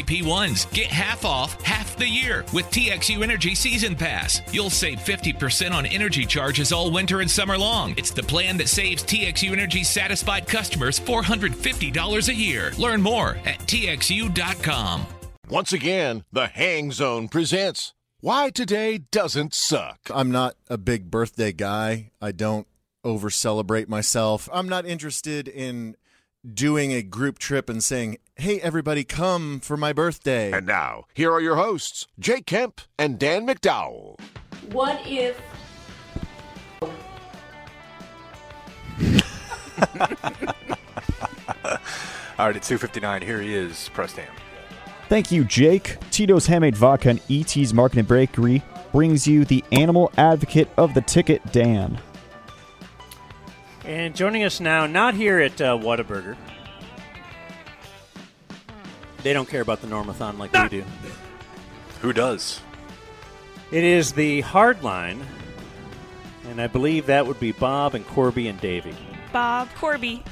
AP1s. Get half off half the year with TXU Energy Season Pass. You'll save 50% on energy charges all winter and summer long. It's the plan that saves TXU Energy satisfied customers $450 a year. Learn more at TXU.com. Once again, the Hang Zone presents Why Today Doesn't Suck. I'm not a big birthday guy. I don't over celebrate myself. I'm not interested in doing a group trip and saying, hey, everybody, come for my birthday. And now, here are your hosts, Jay Kemp and Dan McDowell. What if All right, at 259, here he is, Preston. Thank you, Jake. Tito's Handmade Vodka and ET's Market and Bakery brings you the animal advocate of the ticket, Dan. And joining us now, not here at uh, Whataburger. They don't care about the Normathon like we do. Who does? It is the hard line, and I believe that would be Bob and Corby and Davey. Bob Corby.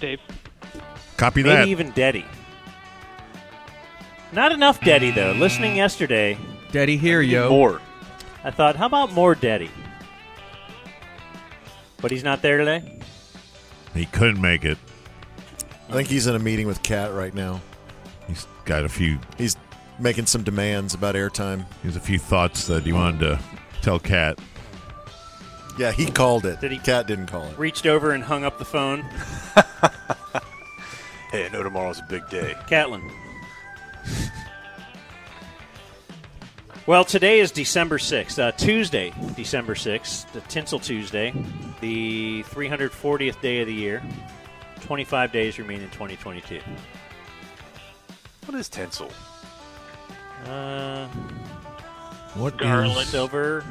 Copy Maybe that. even Deddy. Not enough Deddy, though. Listening yesterday, Daddy here, yo. More. I thought, how about more Deddy? But he's not there today? he couldn't make it. I think he's in a meeting with Kat right now. He's got a few. He's making some demands about airtime. He has a few thoughts that he wanted to tell Kat. Yeah, he called it. Did he- Kat didn't call it. Reached over and hung up the phone. Hey, I know tomorrow's a big day. Catlin. well, today is December 6th, uh, Tuesday, December 6th, the Tinsel Tuesday, the 340th day of the year. 25 days remain in 2022. What is tinsel? Uh, What is- silver.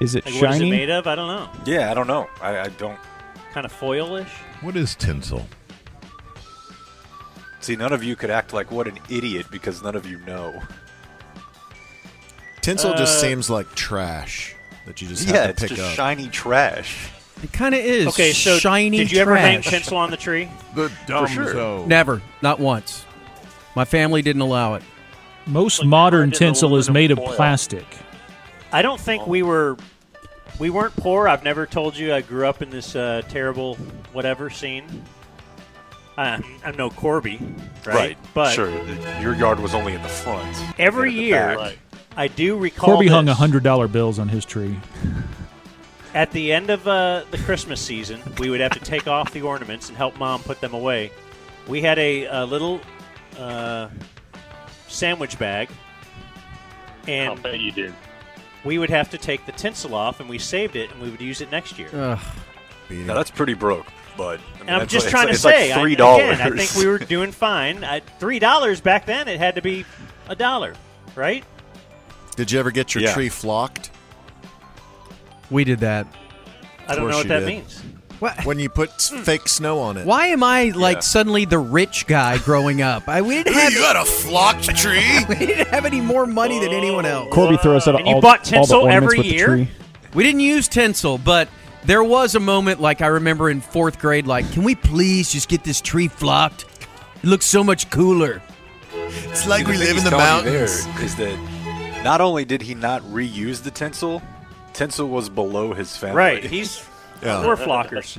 Is it Like, what is it shiny? made of? I don't know. Yeah, I don't know. I, I don't Kind of foilish. What is tinsel? see. None of you could act like what an idiot because none of you know. Tinsel Uh, just seems like trash that you just yeah, have it's to pick just up. shiny trash. It kind of is. Okay, so shiny. did you ever hang trash. tinsel on the tree? The dumb sure. zone. Never, not once. My family didn't allow it. Most Like, modern how did tinsel is aluminum made of foil- plastic. I don't think we were we weren't poor. I've never told you I grew up in this uh, terrible whatever scene. Uh, I'm no Corby, right? But sure, your yard was only in the front. every In the year, back. I do recall. Corby hung this. $100 bills on his tree. At the end of uh, the Christmas season, we would have to take off the ornaments and help mom put them away. We had a, a little uh, sandwich bag, and I'll bet you did. We would have to take the tinsel off, and we saved it, and we would use it next year. Ugh. Beating Now that's pretty broke, but I mean, And I'm that's just like- trying to it's like- say, it's like three I, dollars. again, I think we were doing fine. I, Three dollars back then, it had to be a dollar, right? Did you ever get your Yeah. tree flocked? We did that. I don't course know what you that did. means. What? When you put s- fake snow on it. Why am I like Yeah. suddenly the rich guy growing up? I we didn't have You got a flocked tree? we didn't have any more money than anyone else. Corby throws out And you all, bought all the tinsel ornaments every with year? the tree. We didn't use tinsel, but there was a moment like I remember in fourth grade. Like, can we please just get this tree flocked? It looks so much cooler. It's See, like we thing live in he's the telling you there mountains. Is that not only did he not reuse the tinsel, tinsel was below his family. Right? He's Yeah. we're flockers.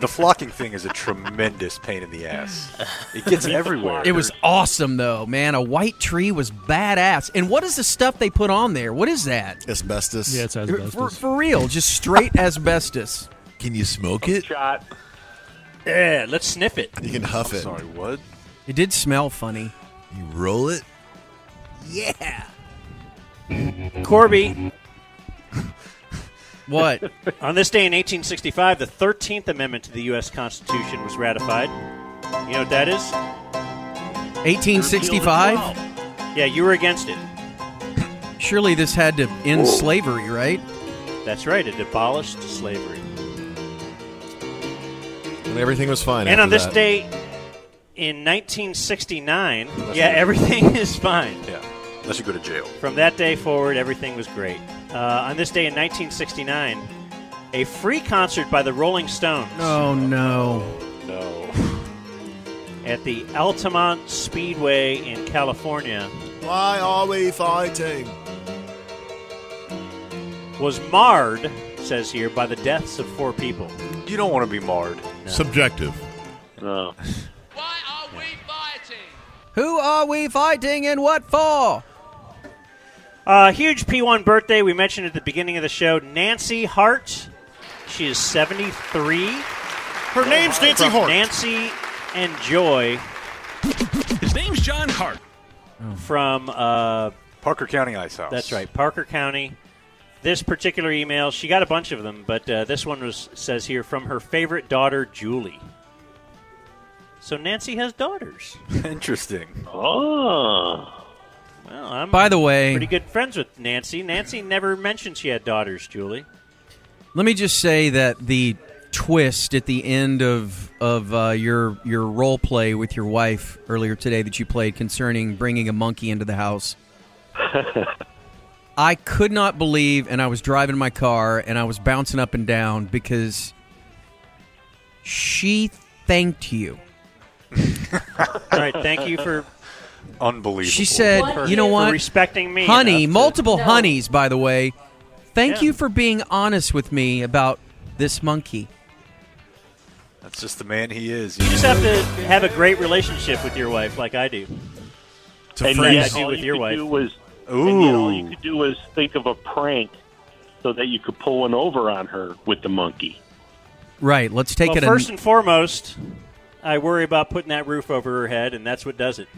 the flocking thing is a tremendous pain in the ass. It gets everywhere. It was awesome though, man. A white tree was badass. And what is the stuff they put on there? What is that? Asbestos. Yeah, it's For, asbestos. for real, just straight asbestos. Can you smoke it? Yeah, let's sniff it. you can huff it. Sorry, what? It did smell funny. You roll it? Yeah. Corby, What? on this day in 1865, the 13th Amendment to the U.S. Constitution was ratified. You know what that is? 1865? Yeah, you were against it. Surely this had to end slavery, right? That's right. It abolished slavery. And everything was fine. And after on this that. day in 1969, yeah, everything is fine. Yeah, unless you go to jail. From that day forward, everything was great. Uh, on this day in 1969, a free concert by the Rolling Stones Oh no. No. at the Altamont Speedway in California Why are we fighting? was marred, says here, by the deaths of four people. You don't want to be marred. Subjective. No. Who are we fighting and what for? Uh, huge P1 birthday. We mentioned at the beginning of the show Nancy Hart. She is 73. Her name's Nancy From Hort. Nancy and Joy His name's John Hart. from, uh, Parker County Ice House. that's right, Parker County. This particular email, she got a bunch of them, but uh, this one was says here from her favorite daughter, Julie. So Nancy has daughters. Interesting. Oh. Well, I'm By the way, pretty good friends with Nancy. Nancy never mentioned she had daughters, Julie. Let me just say that the twist at the end of of uh, your your role play with your wife earlier today that you played concerning bringing a monkey into the house. I could not believe, and I was driving my car, and I was bouncing up and down because she thanked you. All right, thank you for, Unbelievable. She said, "You know for what, respecting me. honey, enough to- multiple honeys, by the way. Thank Yeah. you for being honest with me about this monkey." That's just the man he is. You just have to have a great relationship with your wife, like I do. It's a and phrase. yet, I do all with you your could wife. do was and yet all you Ooh. could do was think of a prank so that you could pull one over on her with the monkey. Right. Let's take Well, it. a- first and foremost, I worry about putting that roof over her head, and that's what does it.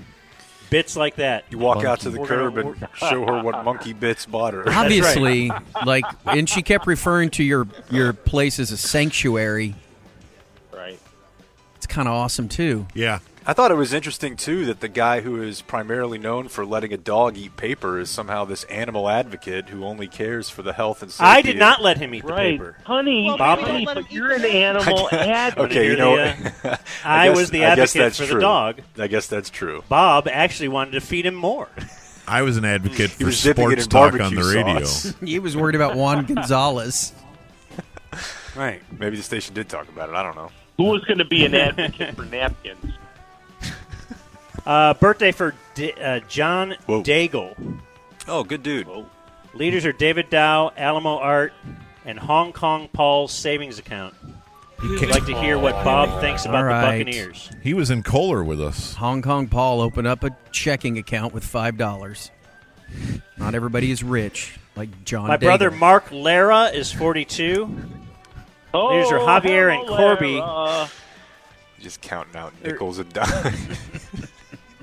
Bits like that. You walk out to the We're curb gonna- and show her what monkey bits bought her. obviously like and she kept referring to your your place as a sanctuary Right. it's kind of awesome too Yeah. I thought it was interesting too that the guy who is primarily known for letting a dog eat paper is somehow this animal advocate who only cares for the health and safety. I did not let him eat the Right. paper. Honey, Bob- honey, but you're an animal advocate. okay, you know, Yeah. uh, I, I guess- was the I guess advocate that's for the true. dog. I guess that's true. Bob actually wanted to feed him more. I was an advocate He for was dipping it sports in talk barbecue on the radio. sauce. he was worried about juan gonzalez right? Maybe the station did talk about it. I don't know. Who was going to be an advocate for napkins? Uh, birthday for D- uh, John Whoa. Daigle. Oh, good dude. Leaders are David Dow, Alamo Art, and Hong Kong Paul's savings account. I'd like to hear what Bob thinks about All right. the Buccaneers. He was in Kohler with us. hong kong paul opened up a checking account with five dollars not everybody is rich like john My Daigle. brother Mark Lara is 42. Oh, Leaders are Javier and hello, Corby. Lara. Just counting out nickels and dimes.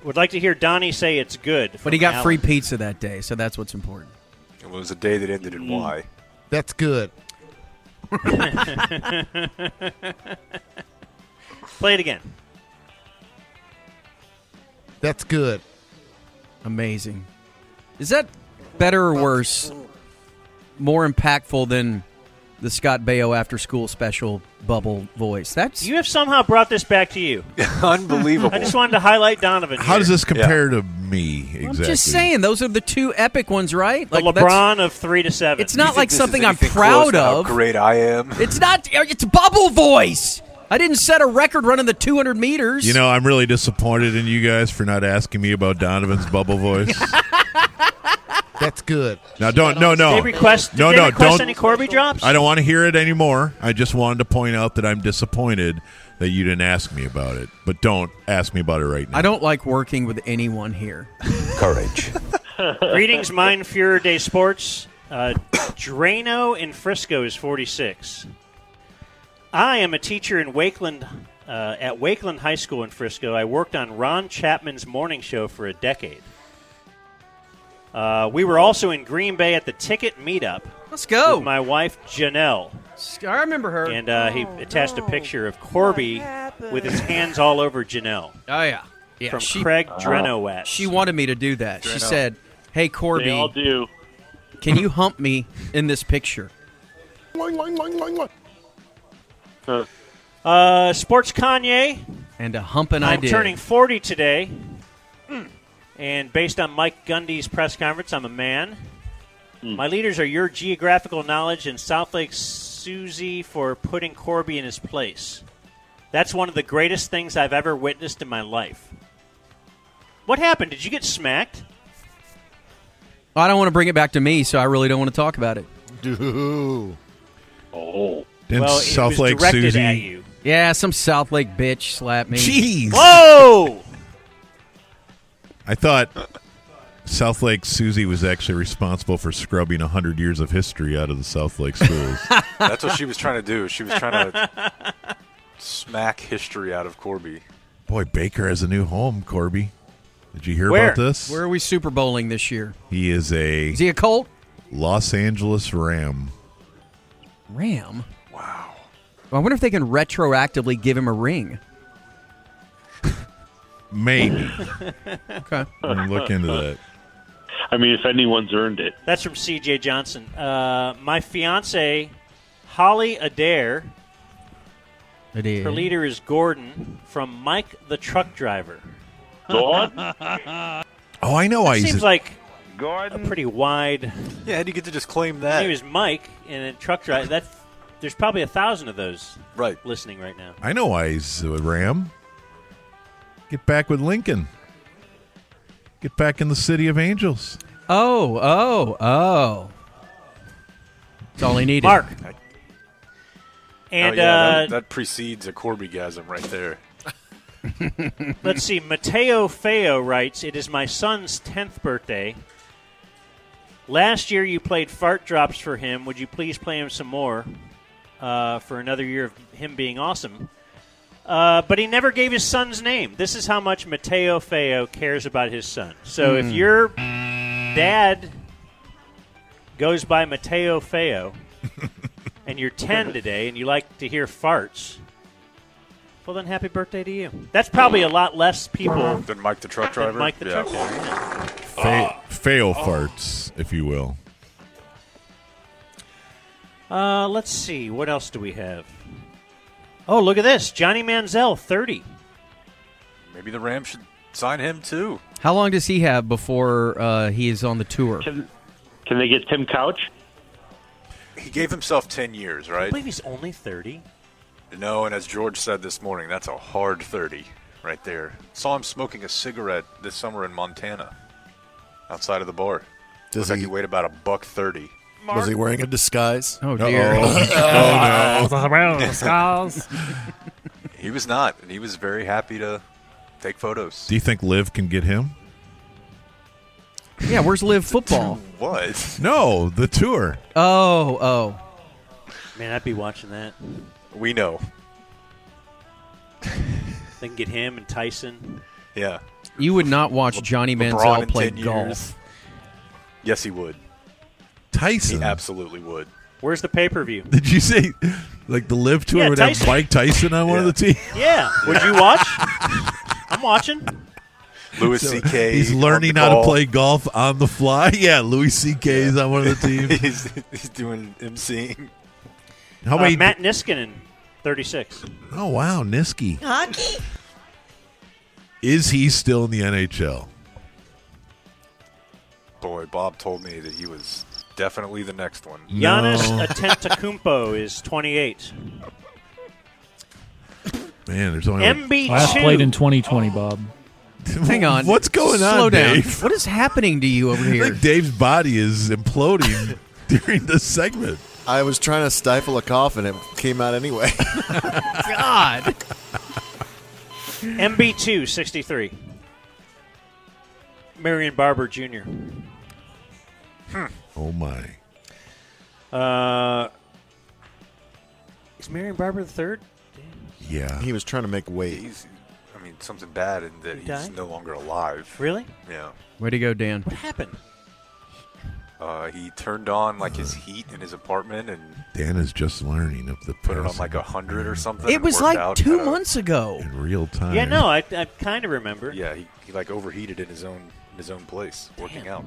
Would like to hear Donnie say it's good. but from he got Alan. free pizza that day so that's what's important it was a day that ended in Y. That's good. Play it again. That's good. amazing is that better or worse more impactful than the scott baio after school special bubble voice that's You have somehow brought this back to you. I Unbelievable. just wanted to highlight Donovan. How here. does this compare to me exactly? I'm just saying, those are the two epic ones, right? The that's- LeBron of three to seven. It's not think like this is something I'm anything close proud to how of. great I am. It's not. It's bubble voice. I didn't set a record running the 200 meters. You know, I'm really disappointed in you guys for not asking me about Donovan's bubble voice. That's good. Now don't no Did no. they request. Did Oh. No, they no, request don't- any Corby drops? I don't want to hear it anymore. I just wanted to point out that I'm disappointed that you didn't ask me about it. But don't ask me about it right now. I don't like working with anyone here. Courage. Greetings, Mind Fuhrer Day Sports. Uh, Drano in Frisco is 46. I am a teacher in Wakeland, uh, at Wakeland High School in Frisco. I worked on Ron Chapman's morning show for a decade. Uh, we were also in Green Bay at the Ticket Meetup Let's go. with my wife Janelle, I remember her. and uh, he Oh, Oh, attached a picture of Corby with his hands all over Janelle oh yeah, yeah. from she Ah. Craig Drenowat. she wanted me to do that. She said, They all "Hey Corby, do. can you hump me in this picture?" uh, Sports Kanye And a humping I I'm did. turning 40 today. Hmm. And based on Mike Gundy's press conference, I'm a man. My leaders are your geographical knowledge and Southlake Susie for putting Corby in his place. That's one of the greatest things I've ever witnessed in my life. What happened? Did you get smacked? I don't want to bring it back to me, so I really don't want to talk about it. Oh. Didn't Well, it was South Lake directed Susie- at you. Yeah, some South Lake bitch slapped me. Jeez. Whoa! I thought South Lake Susie was actually responsible for scrubbing 100 years of history out of the South Lake schools. That's what she was trying to do. She was trying to smack history out of Corby. Boy, Baker has a new home, Corby. Did you hear Where? about this? Where are we Super Bowling this year? He is a Is he a Colt? Los Angeles Ram. Ram. Wow. I wonder if they can retroactively give him a ring. Maybe. okay. I'm gonna look into that. I mean, if anyone's earned it. That's from C.J. Johnson. Uh, my fiance, Holly Adair. Her leader is Gordon from Mike the Truck Driver. Gordon? Oh, I know why It he's seems a- like Gordon. a pretty wide. Yeah, how do you get to just claim His that? name is Mike, and a truck driver. That's there's probably a thousand of those right listening right now. I know why he's a Ram. Get back with Lincoln. Get back in the city of angels. Oh, oh, oh. That's all he needed. Mark. oh, And yeah, uh, that, that precedes a Corbygasm right there. Let's see. Mateo Feo writes, "It is my son's tenth birthday. Last year you played fart drops for him. Would you please play him some more uh, for another year of him being awesome?" Uh, but he never gave his son's name. This is how much Mateo Feo cares about his son. So if Hmm. your dad goes by Mateo Feo, and you're ten today, and you like to hear farts. Well, then, happy birthday to you. That's probably a lot less people Then Mike the truck driver. than Mike the Yeah. truck driver. yeah. Fa- fail farts, if you will. Uh, let's see. What else do we have? Oh, look at this. Johnny Manziel, 30. Maybe the Rams should sign him too. How long does he have before uh, he is on the tour? Can- can they get Tim Couch? He gave himself ten years, I right? believe he's only 30. No, and as George said this morning, that's a hard 30 right there. Saw him smoking a cigarette this summer in Montana outside of the bar. Does Looks like he weighed about a buck 30. Was he wearing a disguise? Oh dear. oh no. he was not, and he was very happy to take photos. Do you think Liv can get him? Yeah, where's live football? What? No, the tour. Oh, oh. Man, I'd be watching that. We know. They can get him and Tyson. Yeah. You would not watch Johnny LeBron Manziel in play 10 golf. years. Yes, he would. Tyson. He absolutely would. Where's the pay per view? Did you say like the live tour Yeah, would have Tyson. Mike Tyson on one of the teams? Yeah. Would you watch? I'm watching. Louis So C.K. He's on learning the how ball. to play golf on the fly. Yeah, Louis C.K. is on one of the teams. he's, he's doing MCing. How Uh, many? Matt Niskanen, 36. oh wow, Niski. Hockey? Is he still in the NHL? Boy, Bob told me that he was definitely the next one. Giannis No. Atentakumpo is 28. Man, there's only MB2. Last played in 2020, Bob. Hang on. What's going on, Slow down. Dave? What is happening to you over I here? think Dave's body is imploding during this segment. I was trying to stifle a cough and it came out anyway. God. MB2, 63. Marion Barber Jr. Oh my. Uh, is Marion Barber the third? Yeah. He was trying to make weight. He's, I mean, something bad in that He he's died? no longer alive. Really? Yeah. Way to go, Dan. What happened? Uh, he turned on like his heat in his apartment and Dan is just learning of the put it on passing like a hundred or something. It and was worked like out two how to- months ago. in real time. Yeah, no, I, I kind of remember. Yeah, he, he like overheated in his own in his own place, working out.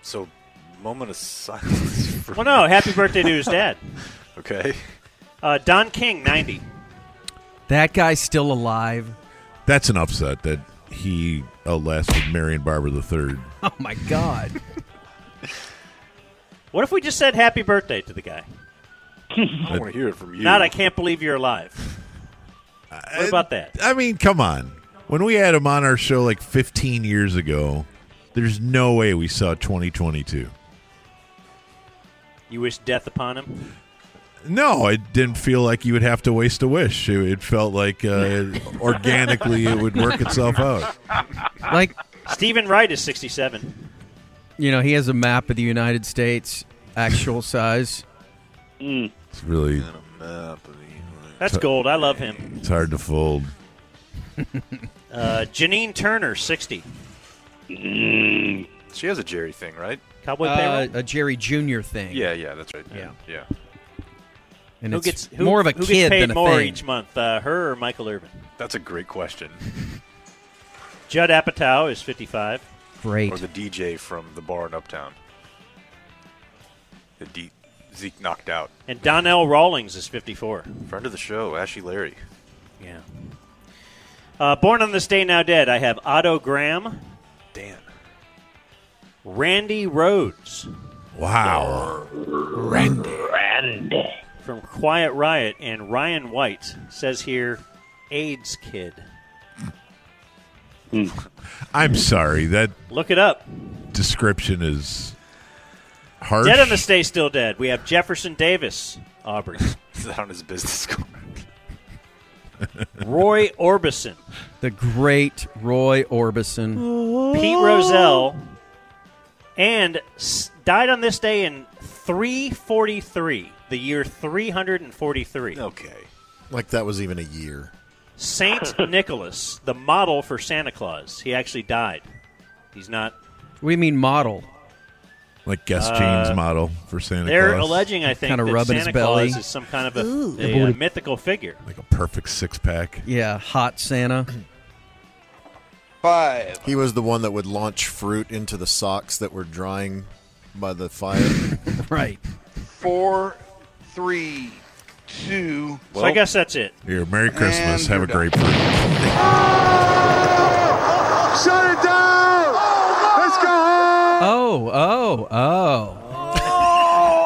So, moment of silence. For Well, no, happy birthday to his dad. Okay. Uh, Don King, 90. That guy's still alive. That's an upset that he outlasted Marion Barber the third. Oh my God. What if we just said happy birthday to the guy? I want to hear it from you. Not, I can't believe you're alive. What about that? I mean, come on. When we had him on our show like 15 years ago, there's no way we saw 2022. You wish death upon him? No, it didn't feel like you would have to waste a wish. It, it felt like uh, organically it would work itself out. Like Stephen Wright is 67. you know, he has a map of the United States, actual size. Mm, It's really that's gold. I love him. it's hard to fold. Uh, Janine Turner, 60. She has a Jerry thing, right? Cowboy Uh, payroll? a Jerry Junior thing. Yeah, yeah, that's right. Yeah, yeah. and who it's gets who, more of a who gets kid paid than a more thing. each month, uh, her or Michael Irvin? That's a great question. Judd Apatow is 55. Great. Or the DJ from the bar in Uptown. The D- Zeke knocked out. And Donnell Rawlings is 54. Friend of the show, Ashley Larry. Yeah. Uh, born on this day, now dead. I have Otto Graham, Dan. Randy Rhodes Wow. Randy. from Quiet Riot, and Ryan White says here, AIDS kid. I'm sorry. That Look it up. description is harsh. Dead on this day, still dead. We have Jefferson Davis, Auburn, Is that on his business card? Roy Orbison, The great Roy Orbison. Pete Rozelle, and s- died on this day in 343, the year 343. Okay. Like that was even a year. Saint Nicholas, the model for Santa Claus. He actually died. He's not. We mean model. like guest James model for Santa They're Claus. alleging, I think, Kinda that rubbing his Santa belly. Claus is some kind of a, a, uh, mythical figure. like a perfect six pack. Yeah, hot Santa. He was the one that would launch fruit into the socks that were drying by the fire. right. Four, three, two. so I guess that's it. Here, Merry Christmas. And Have you're done. a grapefruit. Shut it down! Let's go home! Oh, oh, oh.